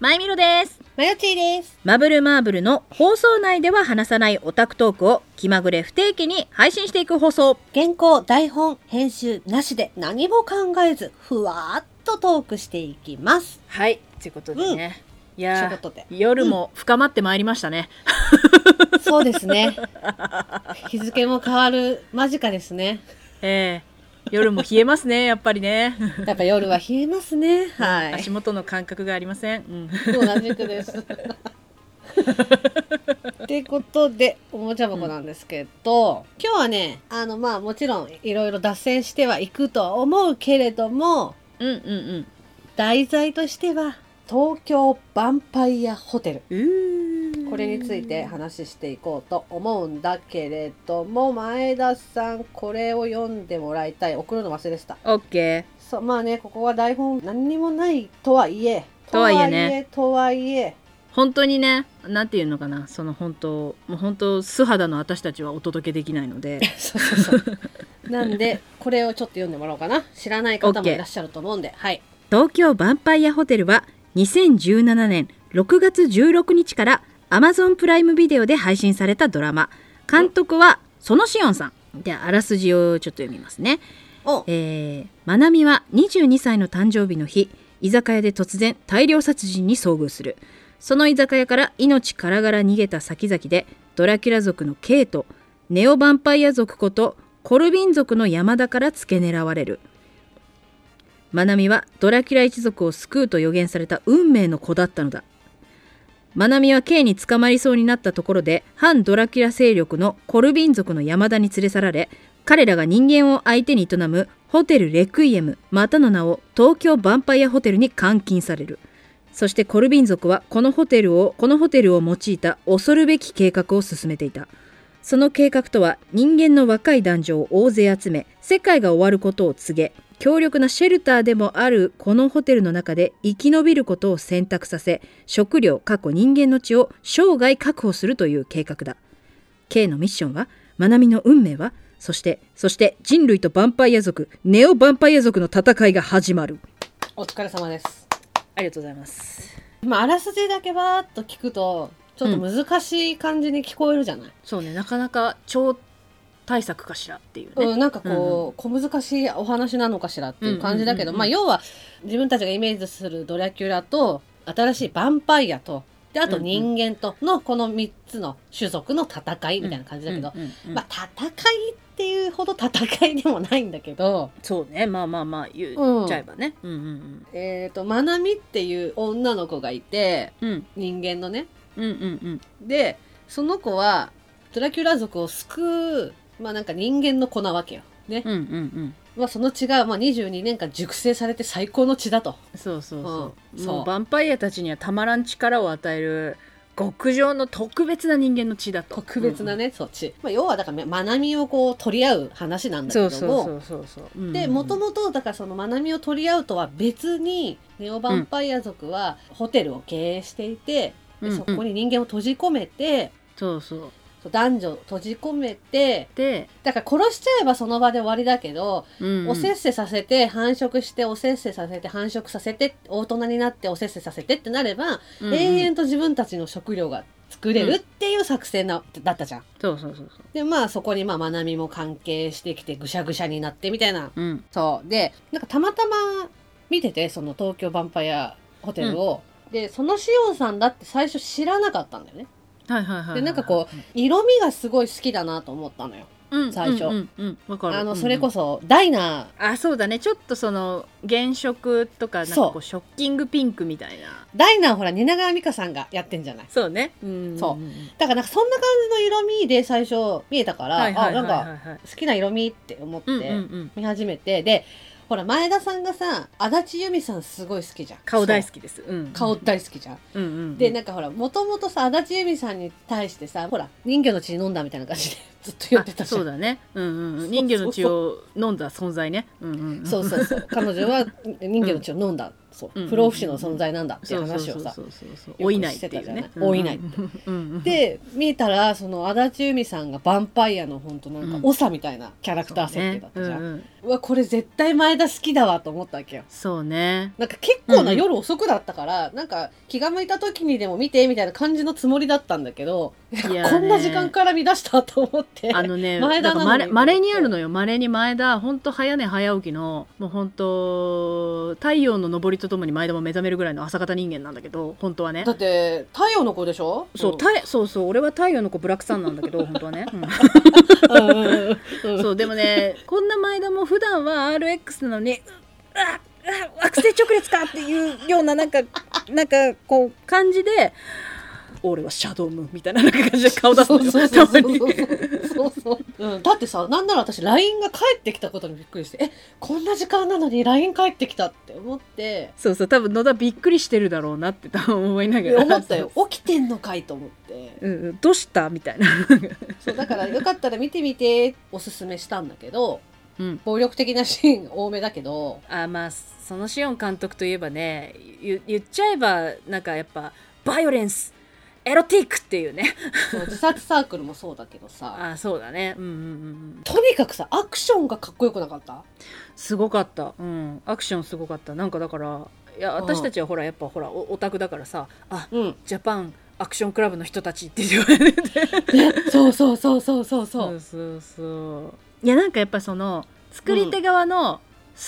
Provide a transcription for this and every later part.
まゆみろです。マヨチーです。マブルマーブルの放送内では話さないオタクトークを気まぐれ不定期に配信していく放送。原稿、台本、編集なしで何も考えず、ふわーっとトークしていきます。はい、ということでね。いといやうこーとで。夜も深まってまいりましたね。そうですね。 日付も変わる間近ですね。ええ夜も冷えます ね、やっぱりね。やっぱ夜は冷えますね。はい足。元の感覚がありません。うん同じく です。ってことで、おもちゃ箱なんですけど、今日はね、あの、まあもちろんいろいろ脱線してはいくとは思うけれども、うんうん題材としては、東京ヴァンパイアホテうル。ん。うーんこれについて話していこうと思うんだけれども前田さんこれを読んでもらいたい送るの忘れてたオッケそうまあねここは台本何にもないとはいえとはいえねとはいえー。本当にね、なんていうのかな、その本当、もう本当素肌の私たちはお届けできないのでとは。いえそうそう そうなんでこれをちょっと読んでもらおうかな知らない方もいらっしゃると思うんではい東京ヴァンパイアホテルは2017年6月16日から Amazon プライムビデオで配信されたドラマ監督はそのしおんさんであらすじをちょっと読みますねおえー、まなみは22歳の誕生日の日居酒屋で突然大量殺人に遭遇するその居酒屋から命からがら逃げた先々でドラキュラ族のケイとネオヴァンパイア族ことコルビン族の山田から付け狙われるまなみはドラキュラ一族を救うと予言された運命の子だったのだまなみは K に捕まりそうになったところで反ドラキュラ勢力のコルビン族の山田に連れ去られ彼らが人間を相手に営むホテルレクイエムまたの名を東京ヴァンパイアホテルに監禁されるそしてコルビン族はこのホテルをこのホテルを用いた恐るべき計画を進めていたその計画とは人間の若い男女を大勢集め世界が終わることを告げ強力なシェルターでもあるこのホテルの中で生き延びることを選択させ食料過去人間の血を生涯確保するという計画だ K のミッションはマナミの運命はそしてそして人類とヴァンパイア族ネオヴァンパイア族の戦いが始まるお疲れ様ですありがとうございますまああらすじだけばーっと聞くとちょっと難しい感じに聞こえるじゃない、そうねなかなか超対策かしらっていううね、ん、なんかこう、小難しいお話なのかしらっていう感じだけど、うんうんうんうんまあ要は自分たちがイメージするドラキュラと新しいヴァンパイアとであとうんうん人間とのこの3つの種族の戦いみたいな感じだけど、うんうんうんまあ戦いっていうほど戦いでもないんだけど、そうねまあまあまあ言うんっちゃえばねうんうんえー、とマナミっていう女の子がいてうんうん人間のねうんうんでその子はドラキュラ族を救うまあなんか人間の子なわけよ。ねうんうんうんまあ、その血が、まあ、22年間熟成されて最高の血だと。そうそうそう、うんもそううヴァンパイアたちにはたまらん力を与える極上の特別な人間の血だと特別なね、そっち、まあ、要はだからまなみをこう取り合う話なんだけそどうもそうそうそうそう、うんでもともとだからそのまなみを取り合うとは別にネオヴァンパイア族はホテルを経営していて、うんでそこに人間を閉じ込めて、そうそうそう男女を閉じ込めてで、だから殺しちゃえばその場で終わりだけど、うんうんおせっせさせて繁殖しておせっせさせて繁殖させて大人になっておせっせさせてってなれば、うんうん永遠と自分たちの食料が作れるっていう作戦な、だったじゃん。そうそうそうそでまあそこにまあまなみも関係してきてぐしゃぐしゃになってみたいなううんそうでなんかたまたま見ててその東京ヴァンパイアホテルを、でそのしおんさんだって最初知らなかったんだよねはいはいはいはい、でなんかこ色味がすごい好きだなと思ったのようん、うん、最初うんうんうんわかるあのそれこそ、そダイナあそうだねちょっとその原色とかなんかこそううショッキングピンクみたいなダイナほら蜷川美香さんがやってんじゃないそうねうんそうんんだからなんかそんな感じの色味で最初見えたから、はいはいはいあなんかはいはい好きな色味って思って、うんうんうん見始めてでほら前田さんがさ足立由美さんすごい好きじゃん顔大き好きです、うん、顔大好きじゃん、うんうんうんでなんかほらもともとさ足立由美さんに対してさほら人魚の血飲んだみたいな感じで ずっと言ってたあじゃそうんだね、うんうん、そううん人魚の血を飲んだ存在ね、うんうんうん、 そうそうそう彼女は人魚の血を飲んだそううんうんうん不老不死の存在なんだっていう話をさそうそうそうそうよ追くいないっしてていたうじゃないね追いないっうんうんうんで見たらその足立由美さんがヴァンパイアの本当なんかうん長みたいなキャラクター設定だったじゃそうん、うね,、うんうんわこれ絶対前田好きだわと思ったわけよそうねなんか結構な夜遅くだったから、なんか気が向いた時にでも見てみたいな感じのつもりだったんだけど、いやねこんな時間から見出したと思ってあの ね、前田なのにまれ稀にあるのよ、まれに前田、本当早寝早起きの、もう本当太陽の昇りとともに前田も目覚めるぐらいの朝方人間なんだけど、本当はねだ。って太陽の子でしょそう、太 そうそう、俺は太陽の子ブラックさんなんだけど、本当はね。うんうんうんううんんそう、でもね、こんな前田も普段は RX なのに、ああ惑星直列かっていうような、なんか、 なんか、こう、感じで、俺はシャドウムーンみたいななんか感じで顔出すそのうよそうそうそたうまにそうそううんだってさなんなら私 LINE が返ってきたことにびっくりしてえこんな時間なのに LINE 返ってきたって思ってそうそう多分野田びっくりしてるだろうなって 多分思いながら思っ たよ起きてんのかいと思ってうんうん、どうしたみたいな、そうだからよかったら見てみておすすめしたんだけどうん、暴力的なシーン多めだけどあまあそのシオン監督といえばね言言っちゃえばなんかやっぱバイオレンスエロティックっていうねそう自殺サークルもそうだけどさ あそうだねうんうんうんとにかくさアクションがかっこよくなかったすごかった、うん、アクションすごかったなんかだからいやうん私たちはほらやっぱほらおオタクだからさあうんジャパンアクションクラブの人たちって言われてそうそうそうそうそうそう、そうそうそういやなんかやっぱその作り手側の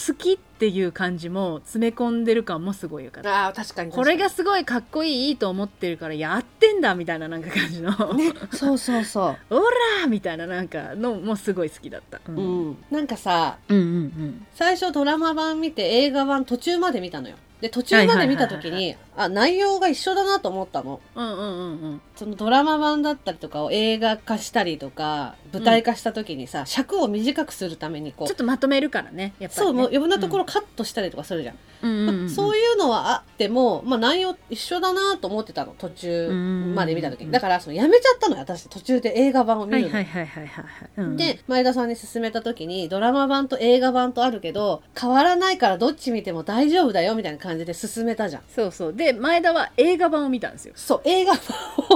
好きっていう感じも詰め込んでる感もすごいよかったああ確かに確かにこれがすごいかっこいいと思ってるからやってんだみたいななんか感じの「ねそうそうそ オラ!」みたいななんかのもすごい好きだった、うう、うん、なんかさうんうん最初ドラマ版見て映画版途中まで見たのよで途中まで見た時はいはいはいにあ内容が一緒だなと思ったのうんうんうんうんうんそのドラマ版だったりとかを映画化したりとか舞台化した時にさ、尺を短くするためにこうちょっとまとめるからねやっぱりねそうもう余分なところカットしたりとかするじゃん、うんうんうんうんそういうのはあっても、まあ、内容一緒だなと思ってたの途うんうんう中んまで見た時にだからそのやめちゃったのよ私途中で映画版を見はるいの、はいはいはいはいはい、うんで前田さんに勧めた時にドラマ版と映画版とあるけど変わらないからどっち見ても大丈夫だよみたいな感じで勧めたじゃんそうそうで前田は映画版を見たんですよ、そう映画版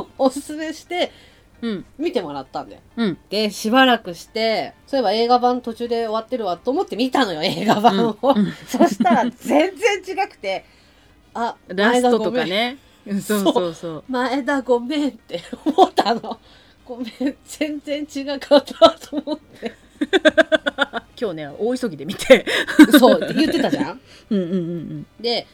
をおすすめしてうん見てもらったんだようん、でしばらくしてそういえば映画版途中で終わってるわと思って見たのよ映画版を、うんうん そしたら全然違くてあラストと前田ごめかんねうんそうそうそう前田ごめんって思ったのごめん全然違かったと思って 今日ね大急ぎで見てそうって言ってたじゃん うんうんうんで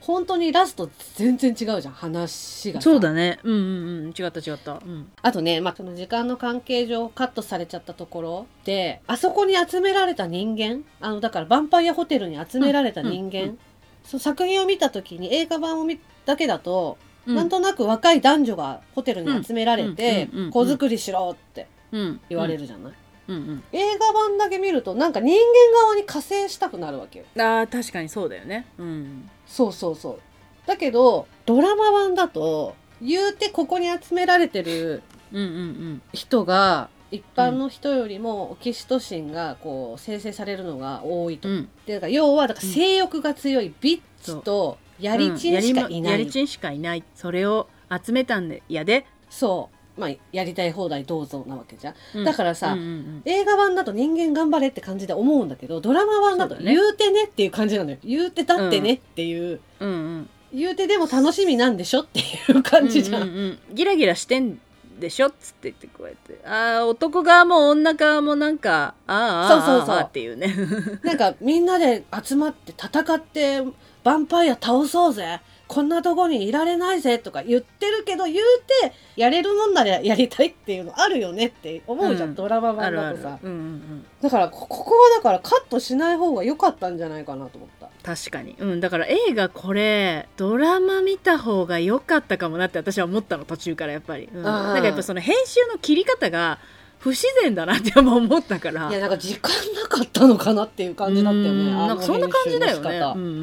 本当にラスト全然違うじゃん話うがんさそうだねうんうんうん違った違った、うん、あとね、まあ、その時間の関係上カットされちゃったところであそこに集められた人間あのだからヴァンパイアホテルに集められた人間、うんうんうその作品を見た時に映画版を見だけだと、うんなんとなく若い男女がホテルに集められてうんうんうんうん子作りしろってうん言われるじゃない、うん映画版だけ見るとなんか人間側に加勢したくなるわけようん、あー確かにそうだよね、うん、そうそうそうだけどドラマ版だと言うてここに集められてるうんうん人が一般の人よりもオキシトシンがこう生成されるのが多いと、うんうんでだから要はだから性欲が強いビッチとやりちんしかいうんなやい、りちんしかいないそれを集めたんでやで、そうまあやりたい放題どうぞなわけじゃんうんだからさうんうん映画版だと人間頑張れって感じで思うんだけどドラマ版だとそうだね言うてねっていう感じなのよ言うてだってねっていう、うんうんうん言うてでも楽しみなんでしょっていう感じじゃん、うんうんうんギラギラしてんでしょっつって言ってこうやってあー男側も女側もなんかあーあーそうそうそうあーあーっていうねなんかみんなで集まって戦ってヴァンパイア倒そうぜこんなとこにいられないぜとか言ってるけど言うてやれるもんならやりたいっていうのあるよねって思うじゃん、うんドラマあ版るあだとるさうんうんうんだからこここはだからカットしない方が良かったんじゃないかなと思った確かに、うん、だから映画これドラマ見た方が良かったかもなって私は思ったの途中からやっぱり、うんあーなんかやっぱその編集の切り方が不自然だなってやっぱ思ったからいやなんか時間なかったのかなっていう感じだったようんねあのなんかそんな感じだよ編ね集の仕方うんうんう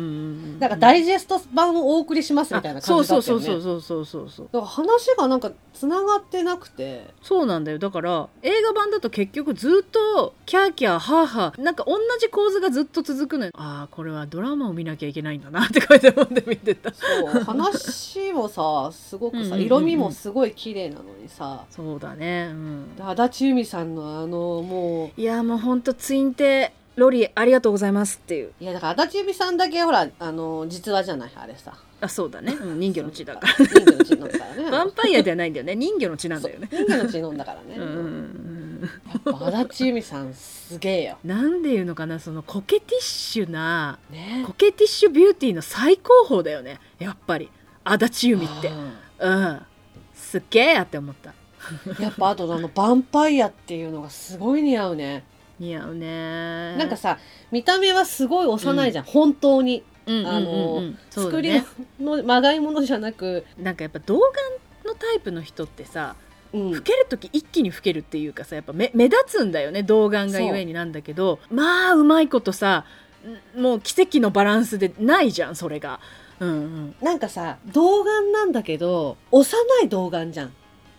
んなんかダイジェスト版をお送りしますみたいな感じだあったよそうねそうそうそうそうそうそうだから話がなんかつながってなくてそうなんだよだから映画版だと結局ずっとキャーキャーハーハーなんか同じ構図がずっと続くのよああこれはドラマを見なきゃいけないんだなって書いて思って見てたそう話もさすごくうんうんさうんうん色味もすごい綺麗なのにさそうだねうんで足立由美さんのあのもいやもうほんとツインテーロリーありがとうございますっていうういやだから足立由美さんだけほらあの実話じゃないあれさあそうだね、うん人魚の血だからら人魚の血飲んだからねヴァンパイアではないんだよね人魚の血なんだよねそう人魚の血飲んだからね、うんうんうんやっぱ足立由美さんすげえよなんでいうのかなそのコケティッシュなねコケティッシュビューティーの最高峰だよねやっぱり足立由美ってうんすっげえやって思ったうんやっぱあとあのヴァンパイアっていうのがすごい似合うね似合うねなんかさ見た目はすごい幼いじゃん、本当に、うんうんうんうんあのそうだ作りねのまがいものじゃなく、なんかやっぱ童顔のタイプの人ってさうん老ける時一気に老けるっていうかさやっぱ目目立つんだよね童顔がゆえになんだけどまあうまいことさんもう奇跡のバランスでないじゃんそれがうんうんなんかさ童顔なんだけど幼い童顔じゃん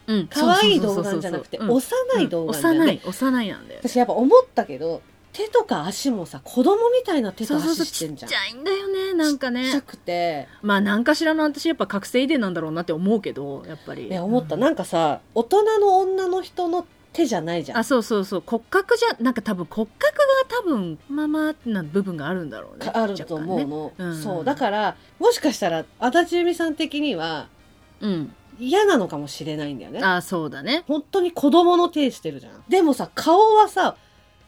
うん可愛い童顔じゃなくてそうそうそう幼そうい童うん顔じゃん、幼でい幼いなんだよ私やっぱ思ったけど手とか足もさ子供みたいな手そとうそうそう足しちてっんじゃんちゃいんだよねなんかちっちゃねくてまあ何かしらの私やっぱ覚醒遺伝なんだろうなって思うけどやっぱりね思った、うんなんかさ大人の女の人の手じゃないじゃんあそうそうそう骨格じゃなんか多分骨格が多分まあまあな部分があるんだろうねあると思う若干ねの、うんそうだからもしかしたら足立由美さん的にはうん嫌なのかもしれないんだよねあそうだね本当に子供の手してるじゃんでもさ顔はさ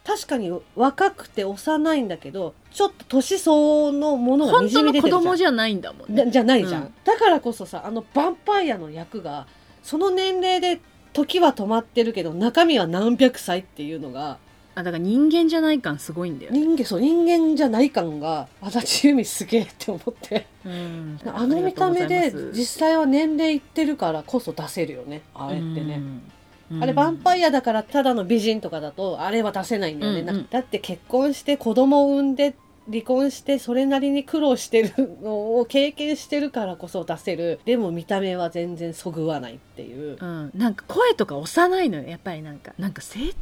確かに若くて幼いんだけどちょっと年相応のものが本に当じのみ出子てるじゃ供んじゃないんだもんだねじゃないじゃん、うんだからこそさあのヴァンパイアの役がその年齢で時は止まってるけど中身は何百歳っていうのがあだから人間じゃない感すごいんだよね、人間そう人間じゃない感が足立由美すげえって思 ってうんあの見た目で実実際は年齢いってるからこそ出せるよねあれってね、あれヴァンイパイアだからただの美人とかだとあれは出せないんだよね、うんうんだって結婚して子供を産んで離婚してそれなりに苦労してるのを経験してるからこそ出せるでも見た目は全然そぐわないっていううん、なんか声とか幼いのよやっぱりなんかなんか声帯も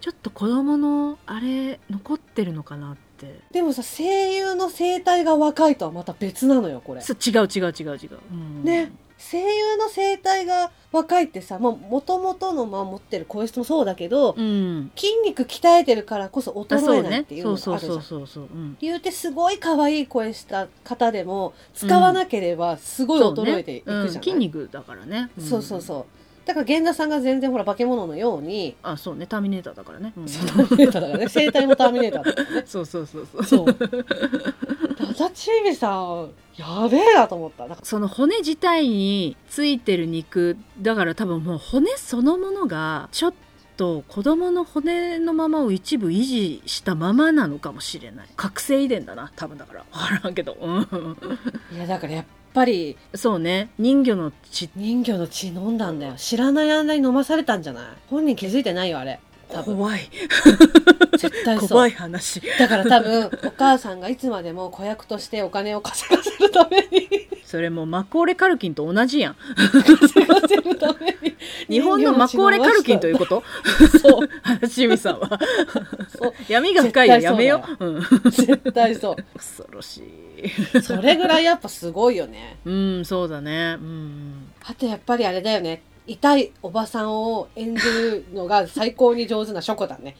ちょっと子供のあれ残ってるのかなってでもさ声優の声帯が若いとはまた別なのよこれそう違う違う違う違う、うんね声優の声帯が若いってさもともとのまあ持ってる声質もそうだけど、うん筋肉鍛えてるからこそあそ衰えうないっねていうそのうがそあうるじゃそうんそうそう、うん、言うてすごい可愛い声した方でも使わなければすごいそう衰えていくじゃない、ねうん、筋肉だからね、んそうそうそうだから源田さんが全然ほら化け物のようにあそうねターミネーターだからね、うんターミネータ ーだからね生体もターミネーターだからねそうそうそうそうそう足立由美さんやべえなと思ったなんかその骨自体についてる肉だから多分もう骨そのものがちょっと子供の骨のままを一部維持したままなのかもしれない覚醒遺伝だな多分だから分からんけど、うん、いやだからやっぱりそうね人魚の血人魚の血飲んだんだよ知らない間に飲まされたんじゃない本人気づいてないよあれ多分怖い絶対そう怖い話だから多分お母さんがいつまでも子役としてお金を稼がせるためにそれもうマコーレ・カルキンと同じやん稼がせるために 日本のマコーレ・カルキンということそう 橋美さんはそう 闇が深いよやめよ絶対う、うん、絶対そ恐ろしいうそれぐらいやっぱすごいよねうんそうだねうんあとやっぱりあれだよね痛いおばさんを演じるのが最高に上手なショコだね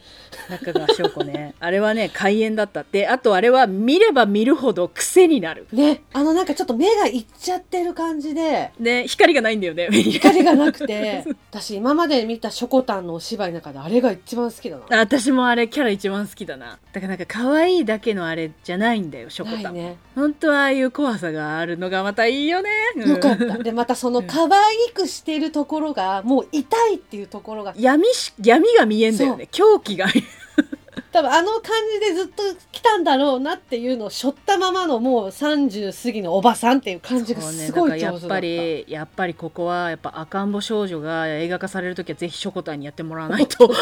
中川翔子ね あれはね開演だったってあとあれは見れば見るほど癖になるねあのなんかちょっと目がいっちゃってる感じでね光がないんだよね目に 光がなくて私今まで見たショコタンのお芝居の中であれが一番好きだな あ私もあれキャラ一番好きだなだからなんか可愛いだけのあれじゃないんだよしょこなたいん、ね本当はああいう怖さがあるのがまたいいよねうんよかったでまたその可愛くしてるところがもう痛いっていうところが闇し闇が見えんだよね狂気が多分あの感じでずっと来たんだろうなっていうのを背負ったままのもう30過ぎのおばさんっていう感じがそうすねだごからいや上手だっ。ったぱりやっぱりここはやっぱ赤ん坊少女が映画化される時はぜひしょこたんにやってもらわない と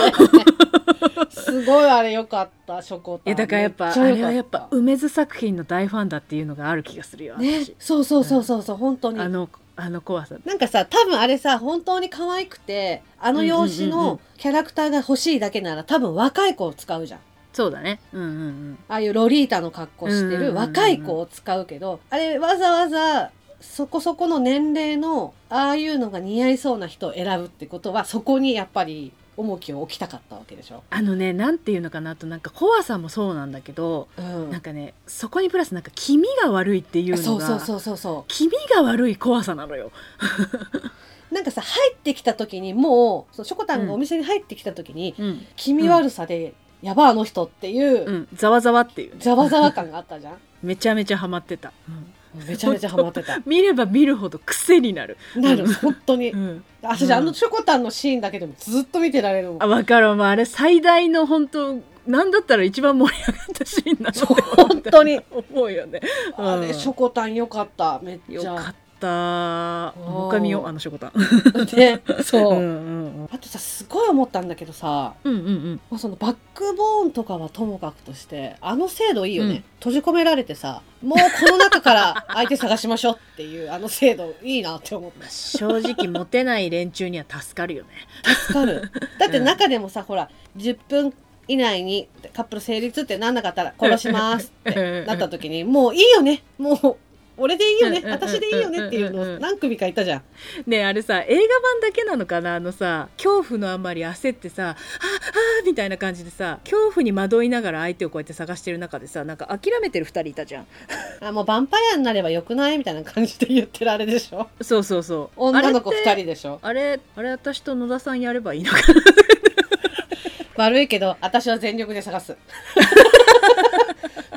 すごいあれ良かった、ショコいタン。やだからやっぱめあちゃ良かれはやっぱ梅津作品の大ファンだっていうのがある気がするよね私、そうそうそうそうそう、本当に。あのあの怖さなんかさ多分あれさ本当に可愛くてあの容姿うんうんうんうのんキャラクターが欲しいだけなら多分若い子を使うじゃん。そうだねうんうんうんああいうロリータの格好してうんうんうんうるん若い子を使うけどあれわざわざそこそこの年齢のああいうのが似合いそうな人を選ぶってことはそこにやっぱり重きを置きたかったわけでしょ。あのねなんていうのかなあとなんか怖さもそうなんだけどうんなんかねそこにプラスなんか気味が悪いっていうのがそうそうそうそうそ気味が悪い怖さなのようなんかさ入ってきた時にもうそのしょこたんがお店に入ってきた時に、うん気味悪さで、やばあの人っていう、うんざわざわっていうねざわざわ感があ ったじゃん。めちゃめちゃハマってた、うんめちゃめちゃハマってた。見れば見るほど癖になる、なる、本当にう。ん、私、あの、しょこたんのシーンだけでもずっと見てられるもんあ。分かるもうあれ最大の本当なんだったら一番盛り上がったシーンなそうので本当に思うよねあれ、しょこたんよかった。めっよちかゃ。ったもう一回見ようあのしょこたんね、うんそうう。んあとさ、すごい思ったんだけどさ、うんうんうんまあ、そのバックボーンとかはともかくとして、あの制度いいよね。閉じ込められてさ、もうこの中から相手探しましょうっていう、あの制度いいなって思った。正直モテない連中には助かるよね助かる。だって中でもさ、ほら、10分以内にカップル成立ってなんなかったら殺しますってなった時に、もういいよね。もう、俺でいいよねう。んうんうんうんうん私でいいよねっていうのを何組かいたじゃん。 ねえあれさ映画版だけなのかなあのさ恐怖のあんまり焦ってさ「ああーみたいな感じでさ恐怖に惑いながら相手をこうやって探してる中でさなんか諦めてる二人いたじゃんあ、もうヴァンパイアになればよくないみたいな感じで言ってるあれでしょ。そうそうそう女の子あれ二って人でしょ。あれあれ私と野田さんやればいいのか悪いけど、私は全力で探 す。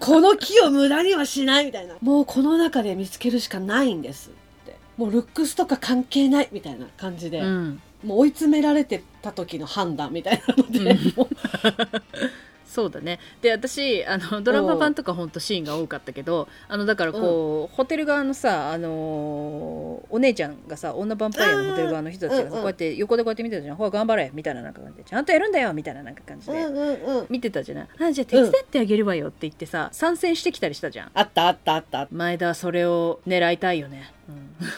この木を無駄にはしないみたいな。もうこの中で見つけるしかないんですって。もうルックスとか関係ないみたいな感じで。うん、もう追い詰められてた時の判断みたいなので、うんもうそうだねで私あのドラマ版とかほんとシーンが多かったけどあのだからこう、ホテル側のさ、あのーお姉ちゃんがさ女バンパイアのホテル側の人たちがうんさうこんうやって横でこうやって見てたじゃん「ほら頑張れ」みたいななんか感じで「ちゃんとやるんだよ」みたいななんか感じで。うんうん見てたじゃないあじゃあ手伝ってあげるわよって言ってさ、参戦してきたりしたじゃんあったあったあった前田はそれを狙いたいよね、うん、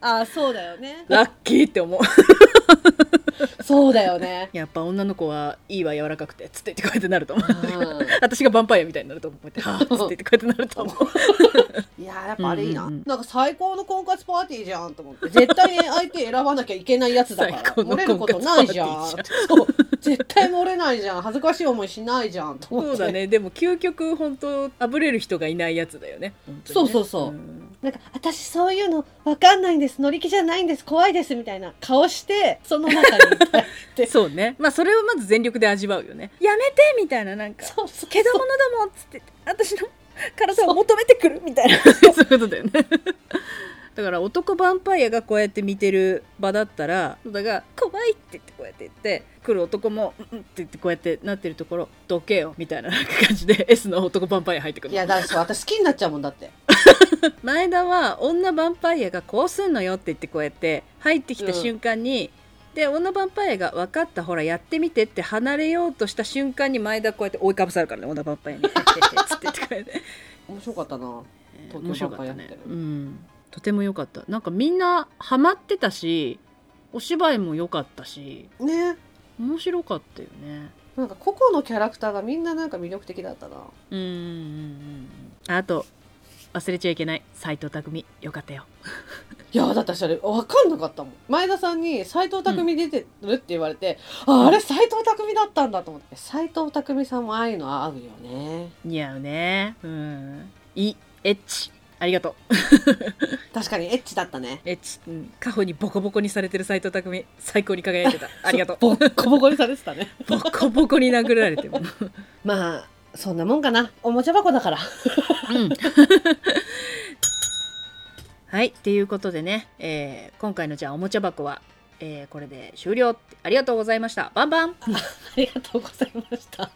あそうだよねラッキーって思うそうだよねやっぱ女の子はいいわ柔らかくてつって言ってこうやってなると思うう 私がヴァンパイアみたいになると思 うこうやってはあつって言ってこうやってなると思うん、いやーやっぱあれいいうな、んうんうんなんか最高の婚活パーティーじゃんと思って絶対に相手選ばなきゃいけないやつだか最ら高の漏れることないじゃん婚活パーそう絶対漏れないじゃん恥ずかしい思いしないじゃんと思って そうだねでも究極本当あぶれる人がいないやつだよね本当にねそうそうそうんなんか私そういうの分かんないんです乗り気じゃないんです怖いですみたいな顔してその中にいたいって そうねまあそれをまず全力で味わうよねやめてみたいななんかそうそうけどものだもんっつって私の体を求めてくるみたいな そういうことだよねだから男ヴァンパイアがこうやって見てる場だったら野田が「怖い!」って言ってこうやって言って来る男も「うんうん」って言ってこうやってなってるところ「どけよ」みたいななんか感じで S の男ヴァンパイア入ってくいるやだから私好きになっちゃうもんだって前田は女ヴァンパイアがこうすんのよって言ってこうやって入ってきた瞬間に、で女ヴァンパイアが分かったほらやってみてって離れようとした瞬間に前田こうやって追いかぶさるからね女ヴァンパイアに「てってって」つって言ってこうやって面白かったな東京 面白かったバンパイねアって、うん、とても良かったなんかみんなハマってたしお芝居も良かったしね面白かったよねなんか個々のキャラクターがみんななんか魅力的だったなうんうんうんうんあと忘れちゃいけない斎藤匠良かったよいやだって私あれ分かんなかったもん前田さんに「斎藤匠出てる?」って言われて、ああれ斎藤匠だったんだと思って斎藤匠さんもああいうの合うよね似合うねうんいいエッチありがとう確かにエッチだったねエッチ、うん、カホにボコボコにされてる斎藤匠最高に輝い てたありがとうボッコボコにされてたねボコボコに殴ら れても まあそんなもんかなおもちゃ箱だから うんはい、っていうことでね、えー今回のじゃあおもちゃ箱は、えーこれで終了。ありがとうございました。バンバンありがとうございました